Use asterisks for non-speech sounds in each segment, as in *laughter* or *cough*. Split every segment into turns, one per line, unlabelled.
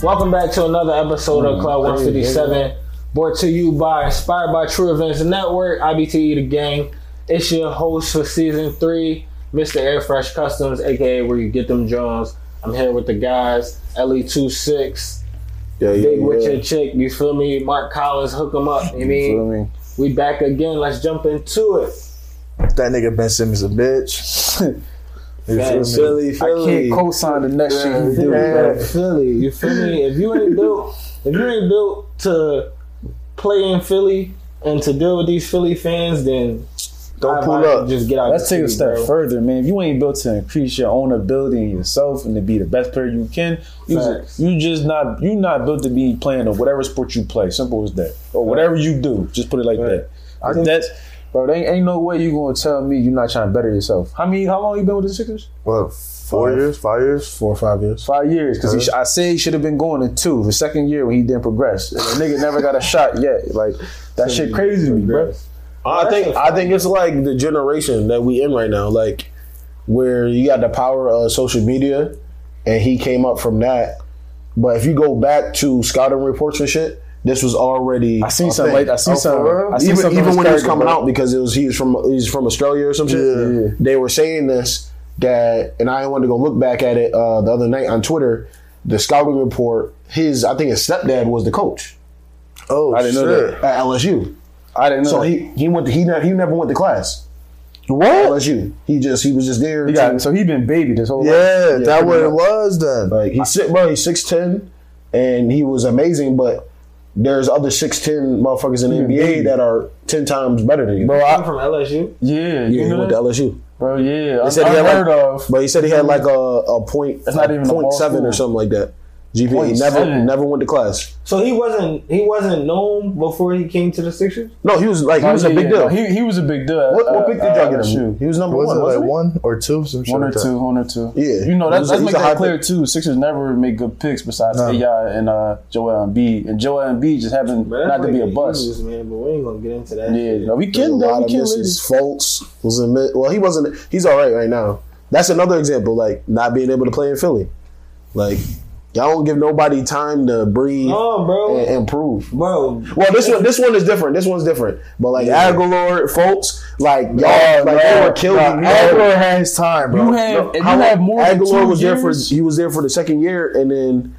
Welcome back to another episode
Mm,
of Cloud 157, brought to you by Inspired by True Events Network, IBTE E The Gang. It's your host for season three, Mr. Air Fresh Customs, aka where you get them Jones. I'm here with the guys, LE26,
Yeah, yeah,
Big
yeah.
with your chick, you feel me? Mark Collins, hook him up, you
You feel
mean?
me?
We back again, let's jump into it.
That nigga Ben Simmons a bitch. *laughs* you
Man,
feel me?
I can't co-sign the next
Yeah,
shit you do.
yeah.
bro.
Like Philly, you feel me? If you ain't built, if you ain't built to play in Philly and to deal with these Philly fans, then
Don't
I
pull
might
up.
Just get out.
Let's
the
take a
city,
step
bro.
further, man. If you ain't built to increase your own ability in yourself and to be the best player you can, you
Facts.
just, you just not you not built to be playing of whatever sport you play. Simple as that. Or whatever you do, just put it like that.
I think-
that's bro. There ain't, ain't no way you gonna tell me you're not trying to better yourself. How many? How long you been with the Sixers?
What? Four
Five.
years? Five years?
four or five years.
Five years. Because I say he should have been going in two. The second year when he didn't progress, and the nigga never got a shot yet. Like that shit crazy to me, bro.
I think I think it's like the generation that we in right now, like where you got the power of social media, and he came up from that. But if you go back to scouting reports and shit, this was already.
I seen
a
something
thing.
like I seen
Oh,
something.
for real?
I seen
even
something
even when he was
Carrigan,
coming
bro.
out because it was he's from he's from Australia or some shit.
Yeah. Yeah.
They were saying this that, and I wanted to go look back at it uh, the other night on Twitter. The scouting report, his I think his stepdad was the coach
Oh,
I didn't know
shit.
at LSU.
I didn't know.
So
that.
he he went to, he never he never went to class.
What?
LSU. He just he was just there.
He
to-
got so he been baby this whole life.
Yeah, that
pretty
what it
much.
was then.
like he's six, bro. He's six ten, and he was amazing. But there's other six ten motherfuckers in the NBA that are ten times better than you.
Bro,
I'm
I,
from LSU.
yeah,
yeah,
you
he
know
went
that?
to LSU.
bro, yeah, I,
said
I
he had, like,
heard of.
But he said he had like a a point,
That's not
a
even a
point
ball
seven or
school.
something like that. GPA.
Point
he never
seven.
never went to class.
So he wasn't he wasn't known before he came to the Sixers.
No, he was like he
Oh,
was
yeah,
a big
yeah,
deal.
no, He, Uh, he was a big deal.
what what pick did y'all get
shoe?
him? He was number
Was
one.
it like
wasn't he?
one or two? Some shit
One or
like that.
two, one or two.
Yeah.
you know
He
that,
was
that's
a- he
make
was a high
that clear
pick.
too. Sixers never make good picks besides
No.
AI and uh, Joel Embiid, and Joel Embiid just happened
Man,
not to be a
Jesus,
bust.
man. But we ain't gonna get into that.
Yeah, no, we
There's a
can,
lot
though.
of
We can.
misses. Fultz was in mid. Well, he wasn't. He's all right right now. That's another example, like not being able to play in Philly. Like y'all don't give nobody time to breathe
Oh.
No, bro,
and improve.
bro.
Well, this one, this one is different. This one's different. But like
Yeah.
Aguilar, Fultz, like y'all,
Yeah,
Oh, like
bro.
they were killing.
Nah,
each other.
Aguilar had his time, bro.
You have, if you
How-
have more than
Aguilar
two
was
years,
there for he was there for the second year, and then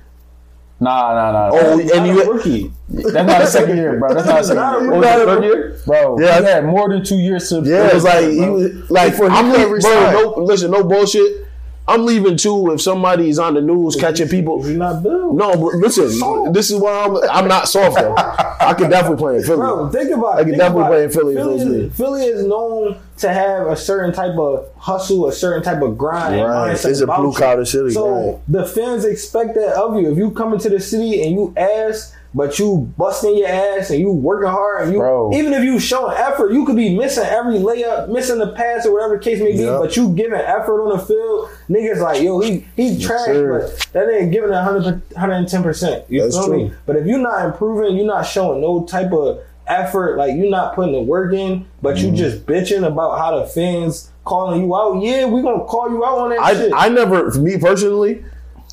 nah, nah, nah.
oh,
Oh,
and
not
you
a rookie.
that's not a second year, bro. That's
*laughs*
not a second
Not a
year,
rookie.
was it third year?
bro.
Yeah.
Yeah, he had more than two years to.
Yeah.
It was like he was like
Before he
I'm
couldn't
leaving,
resign.
bro. No, listen, no bullshit. I'm leaving too if somebody's on the news catching people.
You're not built.
No, but listen, this is why I'm I'm not soft though. I could definitely play in Philly.
Bro, think about it.
I could
Think
definitely
about
play
it.
in Philly if it was
Philly,
me.
is, Philly is known to have a certain type of hustle, a certain type of grind. and
Right.
mindset
It's a
about
blue
you.
collar city,
So
right.
the fans expect that of you. If you come into the city and you ass, but you busting your ass and you working hard, and you
Bro.
even if you showing effort, you could be missing every layup, missing the pass or whatever the case may be.
Yep.
But you giving effort on the field, niggas like yo, he he trash,
sir.
but that ain't giving it 110 percent. You
That's
feel
true.
me? But if you're not improving, you're not showing no type of effort, like you're not putting the work in, but
Mm-hmm.
you just bitching about how the fans calling you out. Yeah, we gonna call you out on that
I
shit.
I never me personally,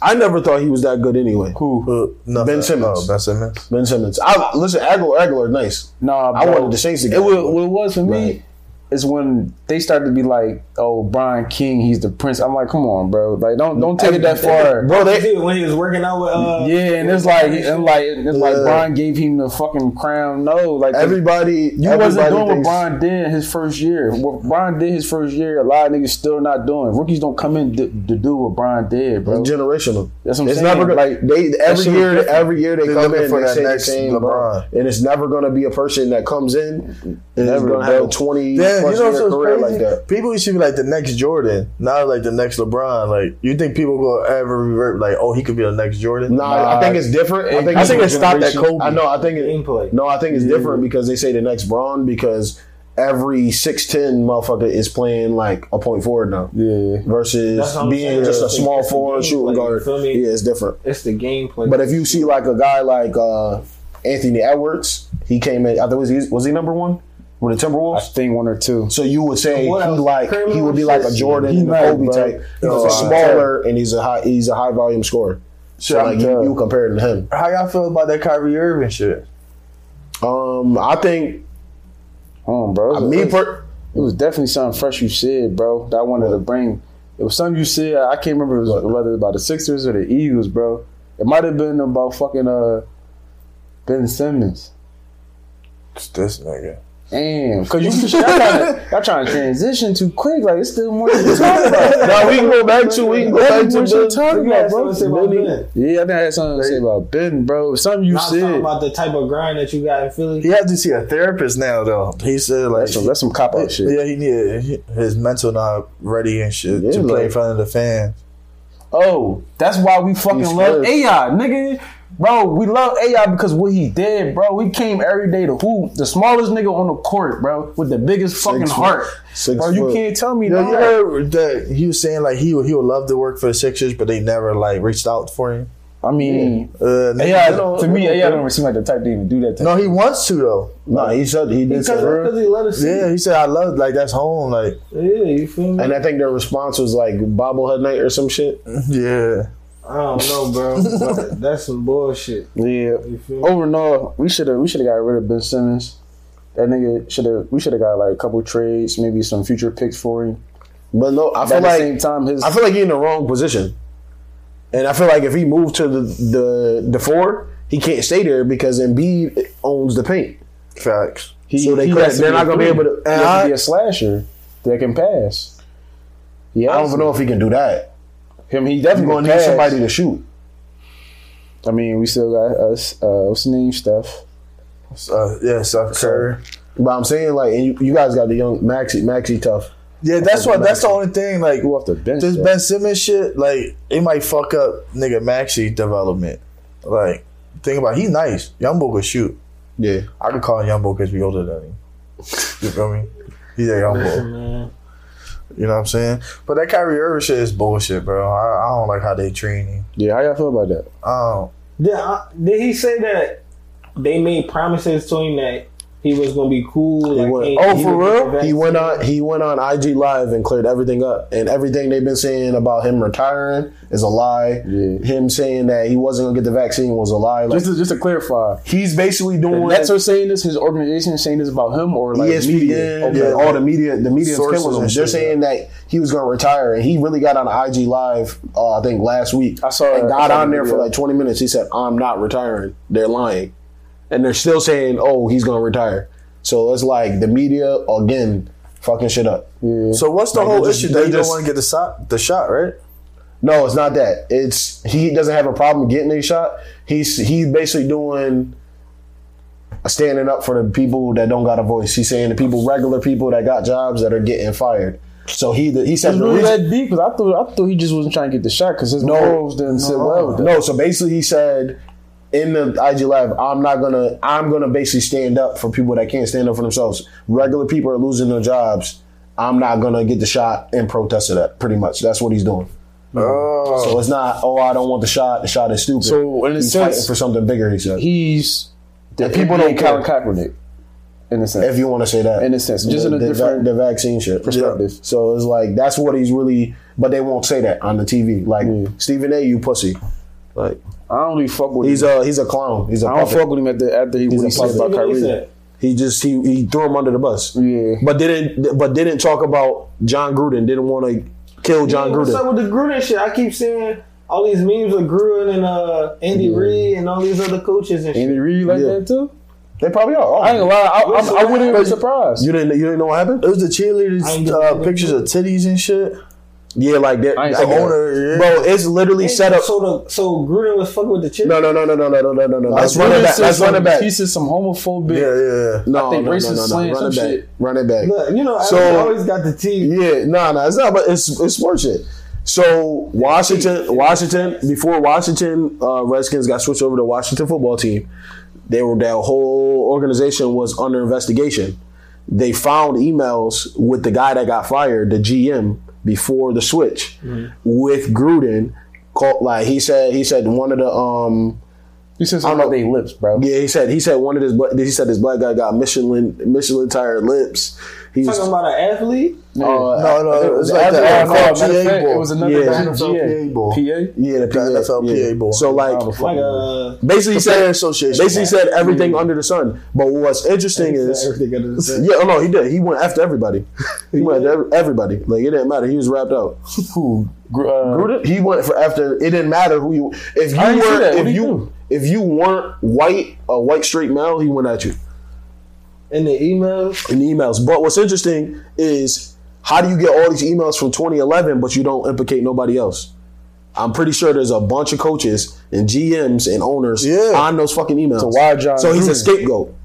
I never thought he was that good anyway.
cool.
Uh, no,
Ben
uh,
Simmons.
Oh, Ben Simmons.
Ben Simmons. I listen, Aguilar Aguilar nice.
Nah,
I
bro.
wanted the Saints to get
It was,
one.
what it was for
Right.
me is when they started to be like, "Oh, Brian King, he's the prince." I'm like, "Come on, bro! Like, don't don't take it that far."
Bro,
He
they
did when he was working out with uh
Yeah, and it's like, and like, it's like
Yeah.
Brian gave him the fucking crown. No, like the-
everybody
you
everybody
wasn't doing what
thinks-
Brian did his first year. What Brian did his first year, a lot of niggas still not doing. Rookies don't come in to, to do what Brian did, bro.
generational.
That's what I'm
it's
saying.
never gonna, like
Like,
they every
shit
year.
different.
Every year they
They're
come
looking
in
for
for and
that
they say the
next
same, bro.
LeBron.
And it's never going to be a person that comes in and is
Never,
going to have
bro.
a twenty
Yeah,
plus
you know what's
year
so
career
crazy?
like that.
People should be like the next Jordan, not like the next LeBron. Like, you think people will ever revert like, oh, he could be the next Jordan?
Nah, I think it's different. I think
I think it stopped at
generation.
Kobe.
I know. I think it,
gameplay.
no, I think it's different because they say the next Braun because every six ten motherfucker is playing like a point forward now
yeah,
versus
That's what I'm
being
saying.
just a
It's-
small
it's the
forward
game,
shooting
like, you
guard.
feel me?
Yeah, it's different.
It's the gameplay.
But if you see like a guy like uh, Anthony Edwards, he came in. I think was he was he number one with the
I
Timberwolves.
think one or two.
So you would say
What
he
else?
like he would be like a
Criminal
Jordan,
He
and a
nice,
Kobe
bro.
type. He's
Oh,
a
I-
smaller and he's a high he's a high volume scorer. So like you, you compare it to him.
How y'all feel about that Kyrie Irving shit?
Um, I think
Um, bro. it was-
me per
*laughs* It was definitely something fresh you said, bro. That I wanted to bring. It was something you said. I can't remember if it was, whether it was about the Sixers or the Eagles, bro. It might have been about fucking uh Ben Simmons.
It's this nigga.
Damn, because you y'all
*laughs*
trying, to, y'all trying to transition too quick. Like it's still more to talk
*laughs*
about.
now we can go back to we can go
That's
back to
what you're
the,
talking about, bro.
About
Yeah, I think I had something to say about Ben, bro. Something you
Not talking
said.
about the type of grind that you got in Philly.
He has to see a therapist now, though. He said like
That's some, that's some cop out shit.
Yeah, he need his mental not ready and shit
Yeah,
to play in
like-
front of the fans.
Oh, that's why we fucking
He's
love
good.
AI, nigga. Bro, we love AI because what he did, bro. We came every day to who the smallest nigga on the court, bro, with the biggest fucking
foot.
heart.
Six
bro, you
foot.
can't tell me
Yeah,
that.
you heard that he was saying like he would, he would love to work for the Sixers, but they never like reached out for him.
I mean,
Uh,
AI
they don't-
to me,
they
AI
don't-
don't seem like the type to even do that. Type.
No, he wants to though.
No, he said he did say that.
Because he let us see.
Yeah, he said I love like that's home. Like
Yeah, you feel me?
And I think their response was like bobblehead night or some shit.
yeah,
I don't know,
*laughs*
bro. but that's some bullshit.
Yeah.
You feel me?
Over and all, we should have we should have got rid of Ben Simmons. That nigga should have we should have got like a couple trades, maybe some future picks for him.
But no, I
But
feel
at the
like
same time, his
I feel like he's in the wrong position. And I feel like if he moved to the the, the four, he can't stay there because Embiid owns the paint.
facts.
he,
so they
he
could-
has to
they're
a
not gonna be
three.
able to-
He has
and I-
be a slasher that can pass. Yeah,
I don't know if he can do that.
Him, he
He's
definitely
going
gonna
to need
pass.
somebody to shoot.
I mean, we still got us. Uh, what's the name? Steph.
Uh, yeah, Steph Curry.
But I'm saying like, and you, you guys got the young Maxi Maxi tough.
Yeah, that's why. That's the only thing. Like
Who off the bench?
this
though?
Ben Simmons shit, like it might fuck up nigga Maxi development. Like think about, it, he's nice. Youngbo could shoot.
Yeah,
I could call him Youngbo because we older than him. You feel me? He's a Youngbo.
Man.
You know what I'm saying? But that Kyrie Irving shit is bullshit, bro. I, I don't like how they treat him.
Yeah, how y'all feel about that?
Um,
Did, I, did he say that they made promises to him that he was gonna be cool?
he
like,
went.
hey,
oh,
he
for
would get the
real? He
vaccine?
went on. He went on IG live and cleared everything up. And everything they've been saying about him retiring is a lie.
Yeah.
Him saying that he wasn't gonna get the vaccine was a lie. Like E
Just to, just to clarify,
he's basically
the
doing.
Nets are saying this. His organization is saying this about him, or like
ESPN,
media.
yeah,
Okay.
all the media, the media is
Sources
killing him.
and
They're
shit,
saying that he was going to retire, and he really got on IG live, uh, I think last week.
I saw-
and got
I saw
on
the
there for
video.
like twenty minutes. He said, "I'm not retiring." They're lying, and they're still saying, "Oh, he's going to retire." So it's like the media again fucking shit up.
Yeah.
so what's the
Like,
whole
they just-
issue? They,
they
don't
just-
want to get the shot, the shot, right?
No, it's not that. It's he doesn't have a problem getting a shot. He's he's basically doing a standing up for the people that don't got a voice. He's saying the people, regular people that got jobs that are getting fired. So he he said
It's
the
really
reason.
that deep because I thought I thought he just wasn't trying to get the shot because his morals didn't sit well with that.
No, so basically he said in the IG live, I'm not gonna I'm gonna basically stand up for people that can't stand up for themselves. Regular people are losing their jobs. I'm not gonna get the shot in protest of that. Pretty much, that's what he's doing.
Oh,
So it's not, oh, I don't want the shot. The shot is stupid.
So, in a
he's
sense-
fighting for something bigger. He said,
He's the people
people don't
don't Colin Kaepernick in a sense.
if you want to say that,
In a sense, just
The-
in a
the,
different
vac- the vaccine shit
perspective.
Yeah. So it's like that's what he's really, but they won't say that on the TV. Like Stephen A, you pussy. Like
I don't really fuck with
he's
him.
a he's a clown. He's a
I don't
puppet.
fuck with him after after he, what he
a
said
puppet.
You
about
know what he
Kyrie.
said?
He just he he threw him under the bus.
Yeah.
but didn't but didn't talk about John Gruden. Didn't want to kill John
What's up
Gruden.
with the Gruden shit? I keep seeing all these memes of Gruden and uh, Andy Reid and all these other coaches and shit.
Andy Reid like
Yeah.
that too.
They probably are. all
I ain't gonna lie, I,
What's
I, I wouldn't
up?
be surprised.
you didn't you didn't know what happened?
it was the cheerleaders
I ain't
uh,
getting-
pictures of titties and shit.
Yeah, like that.
I ain't
like,
talking about
Owner, yeah.
Bro, it's literally set up.
So the so Gruden was fucking with the chick.
No, no, no, no, no, no, no, no, no, no. Let's
Gruden
run it back.
said
Let's
some-
run it back.
He said some homophobic.
Yeah, yeah. yeah.
No,
I think
no,
racist
no, no,
slang,
no. Run it
some
back.
shit.
Run it back.
Look, you know,
So-
I always got the tea.
Yeah, no, no, it's not. But it's it's sports shit. So Washington, Washington, before Washington uh, Redskins got switched over to Washington football team, they were that whole organization was under investigation. They found emails with the guy that got fired, the GM, before the switch,
Mm-hmm.
with Gruden. Called, like he said, he said one of the um.
He said something about
know.
their lips, bro.
Yeah, he said he said one of this. He said this black guy got Michelin Michelin tire lips. He was
Talking about an athlete?
Yeah.
no, no, it was like the uh,
Matter of fact,
NFLPA
it
ball.
was another
Yeah.
NFLPA ball.
PA.
yeah, the,
The NFLPA ball.
So like,
Oh,
Like uh, a.
basically he
Player
said
Association.
basically
ball.
said everything under the sun. But what's interesting is
Everything under the sun.
yeah, oh no, he did. He went
*laughs*
after everybody. He went after ev- everybody. Like it didn't matter. He was wrapped out.
Who? Gr- uh,
Gruden, he went for after. It didn't matter who you. If you
I didn't see that.
were,
What
if
did he
you,
do?
if you weren't white, a white straight male, he went at you
In the emails?
in the emails. But what's interesting is how do you get all these emails from 2011, but you don't implicate nobody else? I'm pretty sure there's a bunch of coaches and GMs and owners
Yeah.
on those fucking emails.
So why John
So he's a
Gruden?
scapegoat.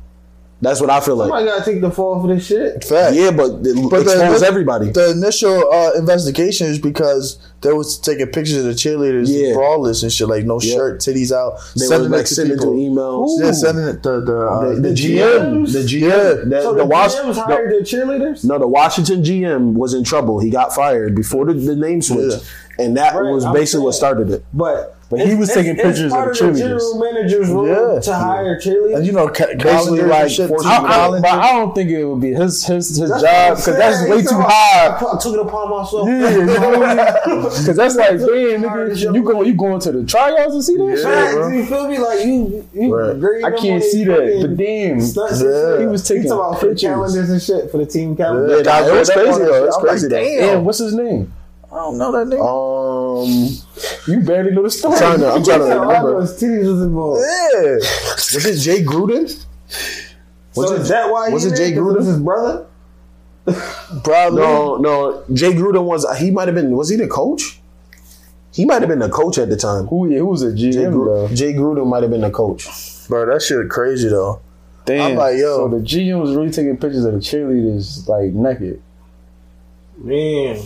That's what I feel like.
I gotta take the fall for this shit.
Fact.
yeah, but it
But the-
exposes everybody.
The initial uh, investigation is because they was taking pictures of the cheerleaders
Yeah.
braless and shit, like no shirt, titties out,
they were
sending
like
it to
sending
people.
through emails.
Yeah, sending it to the, uh,
The, the
The
GM, the
GMs?
GM, the,
So
the
the,
Wash-
GMs
the-
hired their cheerleaders?
No, the Washington GM was in trouble. He got fired before the, the name switch, and that
Right,
was
I'm
basically what
saying.
started it.
But,
But he was taking pictures
part
of
the
cheerleaders.
general manager's role
Yeah.
to hire cheerleaders.
and you know, ca-
Basically,
calendars
like,
and shit,
forcing
too,
you
I, I,
calendars.
but I don't think it would be his his his
That's what
job
I'm
because that's
saying.
way
He
too
took-
high.
I took it upon myself. *laughs*
Yeah, you know what I *laughs* Because that's like, damn, nigga, you going you going to the tryouts to see that
Facts,
shit?
you feel me? Like you, you
Right.
grade
I
them on
can't
they
see that,
fucking
but damn,
stunts and
Yeah.
shit.
He was taking
He talking about for
pictures.
calendars and shit for the team calendar.
Yeah, nah, it was
that
crazy,
part of
though.
that
It's
shit, I'm
crazy,
like,
though.
damn.
and what's his name?
I don't know that nigga.
Um,
You barely know the story.
trying to, I'm
*laughs*
trying to
All I know
remember.
is titties was involved.
yeah,
Was it Jay Gruden?
So is that why
was
he
it
there?
Jay
'Cause
Gruden?
was his brother?
probably.
No, no. Jay Gruden was. He might have been. Was he the coach? He might have been the coach at the time.
Who yeah, who was a
Jay,
GM
Gru-
though?
Jay Gruden might have been the coach.
bro, that shit crazy though.
Damn.
I'm like, yo.
So the GM was really taking pictures of the cheerleaders like naked.
Man,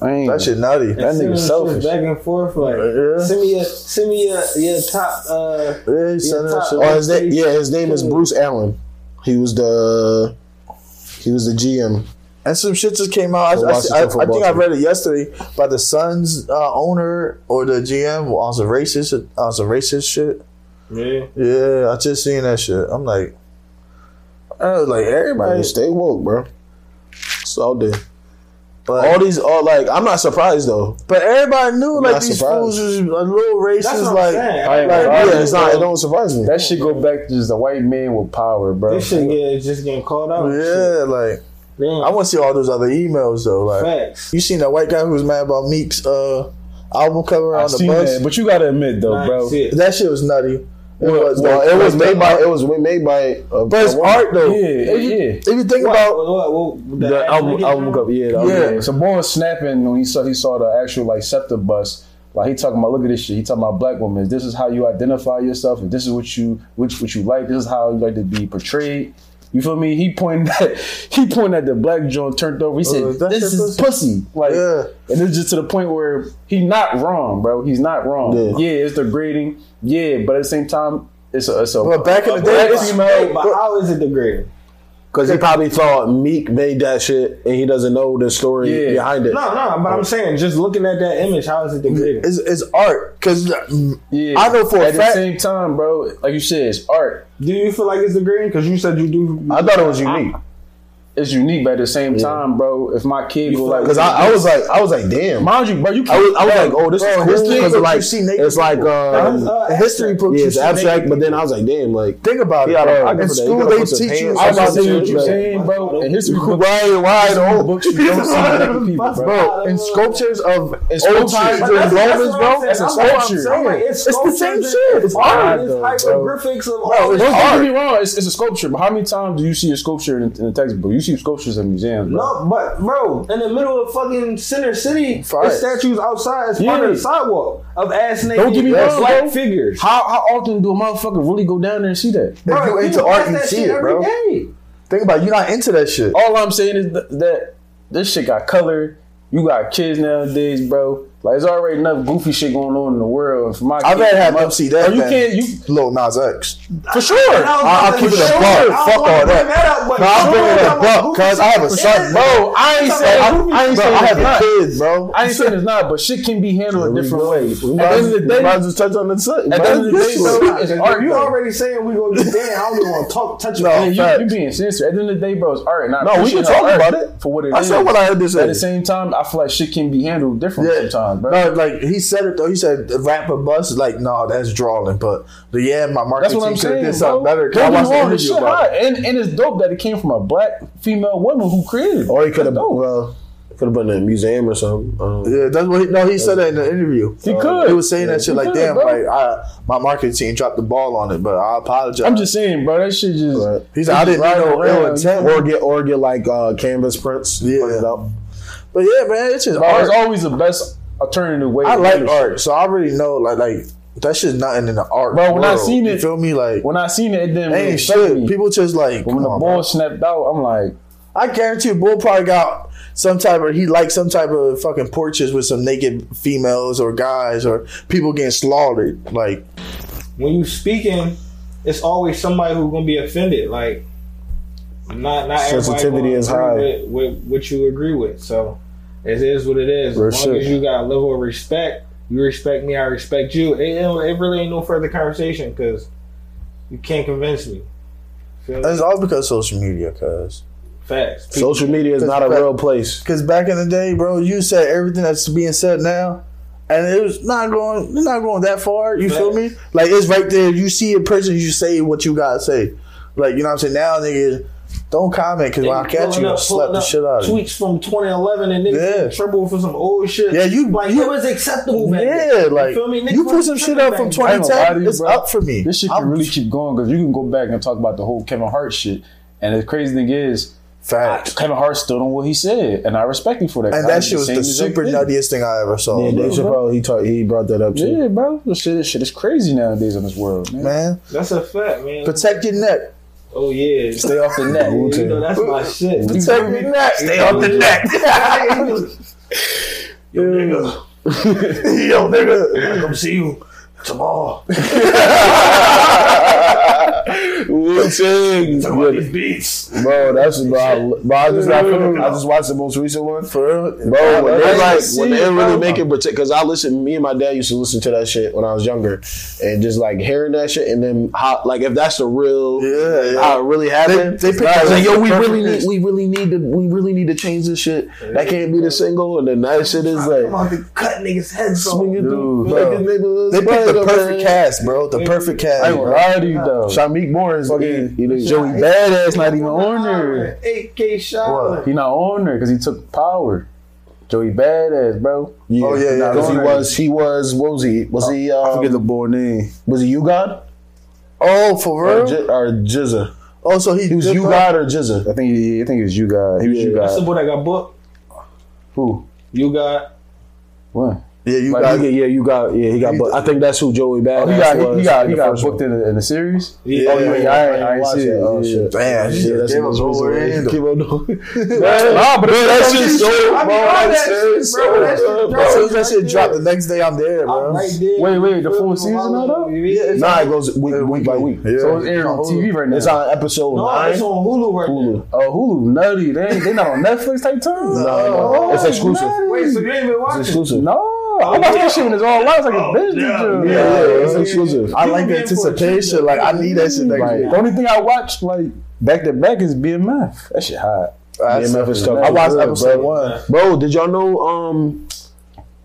Damn.
That shit nutty.
That nigga selfish.
Back and forth, like
Yeah.
send me your, send me your, your top. Uh,
Yeah, he sending that
top-
shit.
Oh, his name, yeah, his name is Bruce Allen. He was the. He was the GM.
And some shit just came out.
The
I, I,
Washington
I, I
football
think I
team.
read it yesterday by the Suns uh, owner or the GM on some racist on some racist shit.
man,
Yeah, I just seen that shit. I'm like, I was like
Right.
everybody.
Stay woke, bro. It's out there.
But,
All these are like. I'm not surprised though.
but everybody knew like
not
these
surprised.
fools was a little
that's
racist.
what I'm
Like,
saying.
I ain't
like,
gonna lie.
Yeah, it's not. It don't surprise me.
That shit go back to just a white man with power, bro.
This shit get just getting called out. and shit.
oh, yeah, like
Damn,
I want to see all those other emails though. Like,
facts.
you seen that white guy who was mad about Meek's uh, album cover
I
on the
seen
bus?
that, but you gotta admit though,
Nah,
bro.
shit.
That shit was nutty. It was,
Well,
though.
it was made by. It was made by. A,
But it's
a woman.
art though.
Yeah,
if you,
yeah.
If you think
What,
about
what, what, what,
The album,
African
album
drama?
cover, yeah, the
Yeah.
album cover. So boy was snapping when he saw he saw the actual like scepter bus. Like he talking about, look at this shit. He talking about black women. This is how you identify yourself, and this is what you which what you like. This is how you like to be portrayed. You feel me? He pointed at *laughs* he pointed at the black joint turned over. He said,
Uh, that's
"This
your
is pussy." Like,
Yeah.
and it's just to the point where he not wrong, bro. He's not wrong.
Yeah.
Yeah, it's the grading. Yeah, but at the same time, it's a, it's a
But back in the day,
black
it's-
Hey,
female.
but how is it degrading?
Because he probably thought Meek made that shit and he doesn't know the story
Yeah.
behind it.
No, no, but I'm saying just looking at that image, how is it degrading?
it's, it's art because
Yeah,
I know for a
at
fact-
the same time, bro. Like you said, it's art.
do you feel like it's degrading? Because you said you do.
I thought it was unique.
it's unique, but at the same time, bro, if my kid go like,
Because I, I was like, I was like, damn.
mind you, bro, you can't.
I was, I was like, oh, this is
Bro,
cool.
this thing
Because
that
like,
you see naked
it's like,
people.
um,
That's, uh,
the history book.
yeah,
you
it's
see
abstract.
naked-
But then I was like, damn, like,
think about
Yeah, I
it.
don't- I
Bro.
get
In
that. You
school,
gotta
they
put some
teach you.
pants
I was about to
on.
say what you're
Right.
saying, bro. And history
*laughs*
books,
Right, right,
bro,
oh,
books you don't see black people, bro.
bro. In sculptures of
In
old
sculptures.
times
But
But
and
that's- that's
Romans,
what I'm
bro.
saying.
that's a
I'm like,
sculpture.
I'm like, It's
It's the
sculptures
same
and-
shit. It's art,
art.
though,
It's
bro.
hieroglyphics of
Bro,
all.
it's
Don't get
art.
me wrong, it's, it's a sculpture, but how many times do you see a sculpture in, in a textbook? You see sculptures in museums, bro.
No, but bro, in the middle of fucking center city,
Fire.
there's statues outside as part of the
Yeah.
sidewalk of ass naked
Don't get me
black
wrong, bro.
figures.
How how often do a motherfucker really go down there and see that?
If you into
people
art,
pass
you
that
see
shit
it,
every
bro.
day.
Think about it. You're not into that shit.
All I'm saying is th- that this shit got color. You got kids nowadays, bro. Like it's already enough goofy shit going on in the world. For my
I'd rather have them see that
you
than
can't you
Lil Nas X.
for sure.
I'll keep it a buck. Fuck all that. No, I'm bringing it a buck, cuz I have a son, bro.
Bro, I ain't
I,
saying I ain't
bro,
saying
I
it's
have a
not.
kid, bro.
I ain't saying it's not, but shit can be handled a different way. At the end of the
might
day,
as well touch on the sun.
at the end of the day, bro, it's art.
you
bro.
already saying we gonna get banned. I don't even want to talk touch
No.
about
And
it.
you,
Facts.
you being sincere. At the end of the day, bro, it's art. No,
we can talk about it.
for what it is.
I said what I had to
At the
say.
same time, I feel like shit can be handled different
Yeah.
sometimes, bro.
No, like he said it though. He said rapper bus. Like no, that's drawling. But the, yeah, my
That's
marketing
what I'm
team could have
saying,
did something
bro.
better. 'cause
Don't
I
get
watched
me
the
wrong, this
interview
shit
about
hot.
it.
And, and it's dope that it came from a black female woman who created it.
Or he could have,
That's dope.
well, could have been in a museum or something. Um,
Yeah, that's what. He, no, he said that in the interview.
He could.
He was saying that shit like,
could,
damn,
bro.
like I, my marketing team dropped the ball on it, but I apologize.
I'm just saying, bro, that shit just.
Right.
He said I didn't
riding
know
around.
ill intent.
Or get or get like uh, canvas prints.
Yeah.
put it up.
But yeah, man, it's just
Bro,
art.
It's always the best alternative way.
I
to
like
handle shit.
art, so I already know like like that shit's nothing in the art.
Bro, when I
world.
seen
you
it-
feel me? Like,
When I seen it, it didn't really
hey,
affect
shit,
me.
people just like.
But when
come
the
on,
ball
bro.
snapped out, I'm like,
I guarantee you, Bull probably got some type of he likes some type of fucking porches with some naked females or guys or people getting slaughtered. Like,
when you speaking, it's always somebody who's gonna be offended. Like, not not everybody
Sensitivity
gonna
is
agree
high.
with, with what you agree with. So it is what it is.
Real
as long
shit.
as you got a level of respect, you respect me, I respect you. It, it, it really ain't no further conversation because you can't convince me. Feel me?
it's all because of social media, cuz.
Facts. People-
Social media is not a real place.
Cause back in the day, bro, you said everything that's being said now, and it was not going, it's not going that far. You feel me? Like it's right there. You see a person, you say what you gotta say. Like you know what I'm saying? Now, nigga, don't comment because when I catch
pulling
you, I
up-
slap
pulling
the
up
shit out of you.
Tweets from 2011 and
Yeah.
niggas in trouble for some old shit.
Yeah, you-
like
you-
it was acceptable back then.
Yeah, like
feel me? Niggas
you put
was
some shit
tripping
up
back
from
then. I ain't
2010, it's
bro.
up for me.
This shit can
I'm-
really keep going because you can go back and talk about the whole Kevin Hart shit. And the crazy thing is,
facts.
Kevin Hart stood on what he said, and I respect him for that.
And
I
that
did
shit was
same
the
exact
super
thing.
nuttiest thing I ever saw,
Yeah,
bro.
Dave Chappelle, he taught, he brought that up too.
Yeah, bro. This shit, this shit is crazy nowadays on this world, man.
man.
That's a fact, man.
Protect your neck.
oh yeah.
Stay off the net.
Yeah, you know, that's my shit.
Protect your neck. Stay off the neck. *laughs* Yo, nigga. *laughs* Yo, nigga. I come see you *laughs* tomorrow.
Wu-Tang.
these beats.
bro, that's bro. I, bro, I just, I, feel- I just watched the most recent one.
*laughs* For real?
Bro, when
I
they like
see
when they
it,
really
bro.
make it protect, because I listen. Me and my dad used to listen to that shit when I was younger, and just like hearing that shit, and then how like if that's the real,
Yeah, yeah.
how it really happened.
They- they picked
I was
that
like, yo, we
perfect
really need,
mix.
we really need to, we really need to change this shit. That can't be the single, and then that shit is
I'm
like
about to cut niggas' heads off.
swinging through.
Dude,
like,
bro.
this nigga-
They picked the
Spider-Man.
perfect cast, bro. The perfect
I
cast.
ain't
bro.
lie to you though.
Shamik Moore is
Fucking-
he- he-
Joey Badass not even on there.
8K shot.
He not on there because he took power. Joey Badass, bro.
Yeah,
Oh, yeah, yeah.
Because he was, he was, what was he? Was he? Um,
I forget the boy name.
Was he Ugod
Oh, for
or,
real?
J- or Jizza?
oh, so he,
He was
did that?
Ugod or Jizza?
I think he, I think it was you guys. He was you
Yeah.
That's
guys.
the boy that got booked.
Who?
You got
What?
Yeah, you
Like,
got
he get- yeah, you got. Yeah, he got.
He-
booked. I think that's who Joey Badass
Oh, he got
was.
he, he got
in
he
the
got
first
booked
one.
in a, in a series.
yeah.
Oh, yeah, yeah, I ain't- I ain't
watch
see it.
that.
Oh, shit.
Damn, shit.
that's
Give
the
us
most recent
more
one.
random.
Keep on doing.
Nah, but
that's
that's
just
just
so-
so.
I mean, all that shit,
bro, that shit
As soon
dropped
as that shit
right
dropped, the
there.
next day I'm there, bro.
I'm right there.
Wait, wait, the
Feel
full
me?
season of that?
Yeah, it's
Nah,
on-
it goes week, week by week.
Yeah.
So it's airing on TV right now.
It's on episode
No,
nine.
it's on Hulu right now.
Hulu. Oh, Hulu, nutty. They ain't- they not on Netflix type time. No,
no. It's exclusive.
Wait, so you ain't been watching?
it's exclusive.
No, I watched that shit when it's all live. It's like a business
yeah.
deal.
Yeah, yeah, it's exclusive.
I like
You
the
in for a treat,
anticipation.
though.
Like I need that shit next
Right.
year.
The only thing I watched like back to back is BMF. That shit hot.
That's-
BMF is tough.
I watched
Good,
episode
bro.
one.
Bro, did y'all know um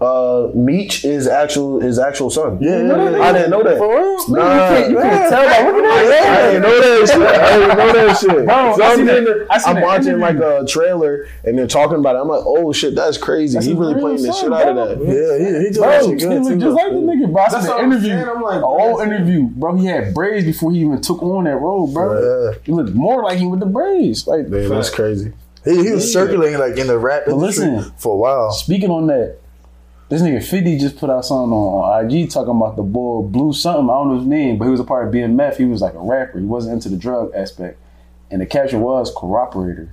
uh Meech is actual his actual son?
Yeah, yeah, yeah.
I didn't know that.
For real?
You can't, you can't tell by looking at it.
I didn't know that shit. I didn't know that shit.
Bro,
So
I
I'm,
seen
in
that-
the-
I seen
I'm
that
watching like
interview.
a trailer and they're talking about it. I'm like, oh shit, that's crazy. he
his
really
real
playing the shit
son,
out of
bro.
that.
Yeah, he, he doing
Bro,
that shit
he
good
look
too.
just like the nigga, bro. I seen
That's
the
what I'm
interview.
saying. I'm like,
an old interview, bro. He had braids before he even took on that role, bro.
Yeah.
He looked more like he with the braids. Like,
Man, that's crazy.
He, he was circulating like in the rap industry
listen.
for a while.
speaking on that, this nigga Fifty just put out something on, on IG talking about the boy Blue something. I don't know his name, but he was a part of BMF. He was like a rapper. He wasn't into the drug aspect, and the caption was corroborator.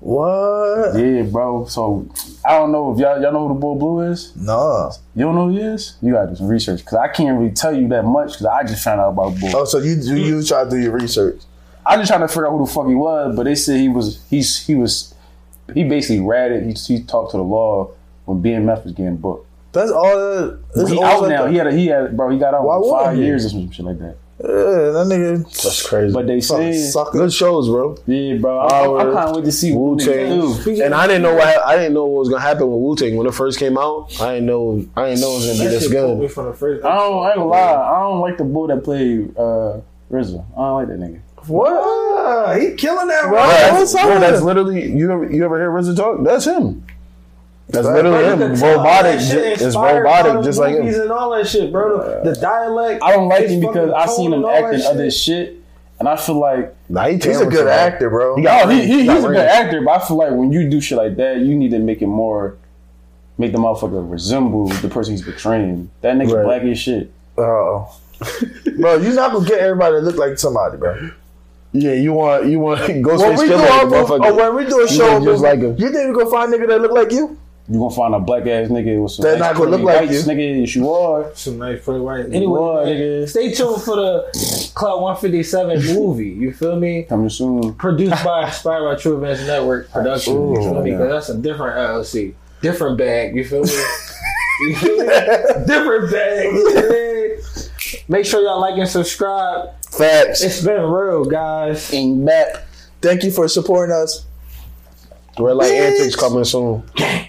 What?
Yeah, bro. So I don't know if y'all y'all know who the boy Blue is.
No.
You don't know who he is? You gotta do some research because I can't really tell you that much because I just found out about Blue.
Oh, so you you, you try to do your research.
I just trying to figure out who the fuck he was, but they said he was he's he was he basically ratted. He, he talked to the law when BMF was getting booked.
That's all that. that's
He
all
out
that-
now. He had a, he had bro. He got out
Why
for
would
five
he?
years or some shit like that.
Yeah, that nigga.
That's crazy.
But they
Fucking
said,
sucker.
good shows, bro.
yeah, bro. I, I, I kind of wait to see
Wu
what they do.
Tang, and I didn't know what hap- I didn't know what was gonna happen with Wu Tang when it first came out. I didn't know I didn't know it was gonna be
That
this
shit pulled me
good.
from the first.
I don't. I ain't gonna lie. I don't like the boy that played uh, RZA. I don't like that nigga.
What?
Ah,
Uh, he killing that
Bro,
role.
what's
That's,
up?
bro, that's literally you. Ever, you ever hear RZA talk? That's him. That's literally
Bro, you
him.
could tell
Robotic.
that shit
It's
inspired by
robotic,
the
just like
movies
him.
and all that shit, bro. The, the dialect.
I don't like
his
him because
fucking
I
tone
seen him
and all that
acting other shit, and I feel like
Nah, he
He's a
talented,
good
bro.
actor, bro.
He
no,
got
he,
range.
he, he's
got
a good
range.
actor, but I feel like when you do shit like that, you need to make it more, make the motherfucker resemble the person he's portraying. That nigga
Right.
black as shit.
Oh. bro, you're not gonna get everybody to look like somebody, bro.
Yeah, you want you want *laughs*
When
Ghostface
we
Killer,
do our movie, or
motherfucker.
when we do a show,
look just
movie,
like him.
you think we gonna find a nigga that look like you?
You gonna find a black ass nigga with some
That not gonna look
white
like you.
nigga. Yes, you are.
Some nice pretty white.
Boy,
Anyway,
nigga.
stay tuned for the Club
*laughs*
157 movie. You feel me?
Coming soon.
Produced by Inspired by True Events Network Production. you feel me? Because that's a different LLC, different bag. You
*laughs*
feel me? You feel me? different bag. you feel me? Make sure y'all like and subscribe.
Facts.
It's been real, guys.
Ain't back.
Thank you for supporting us.
Red Light
Bitch.
Antics coming soon.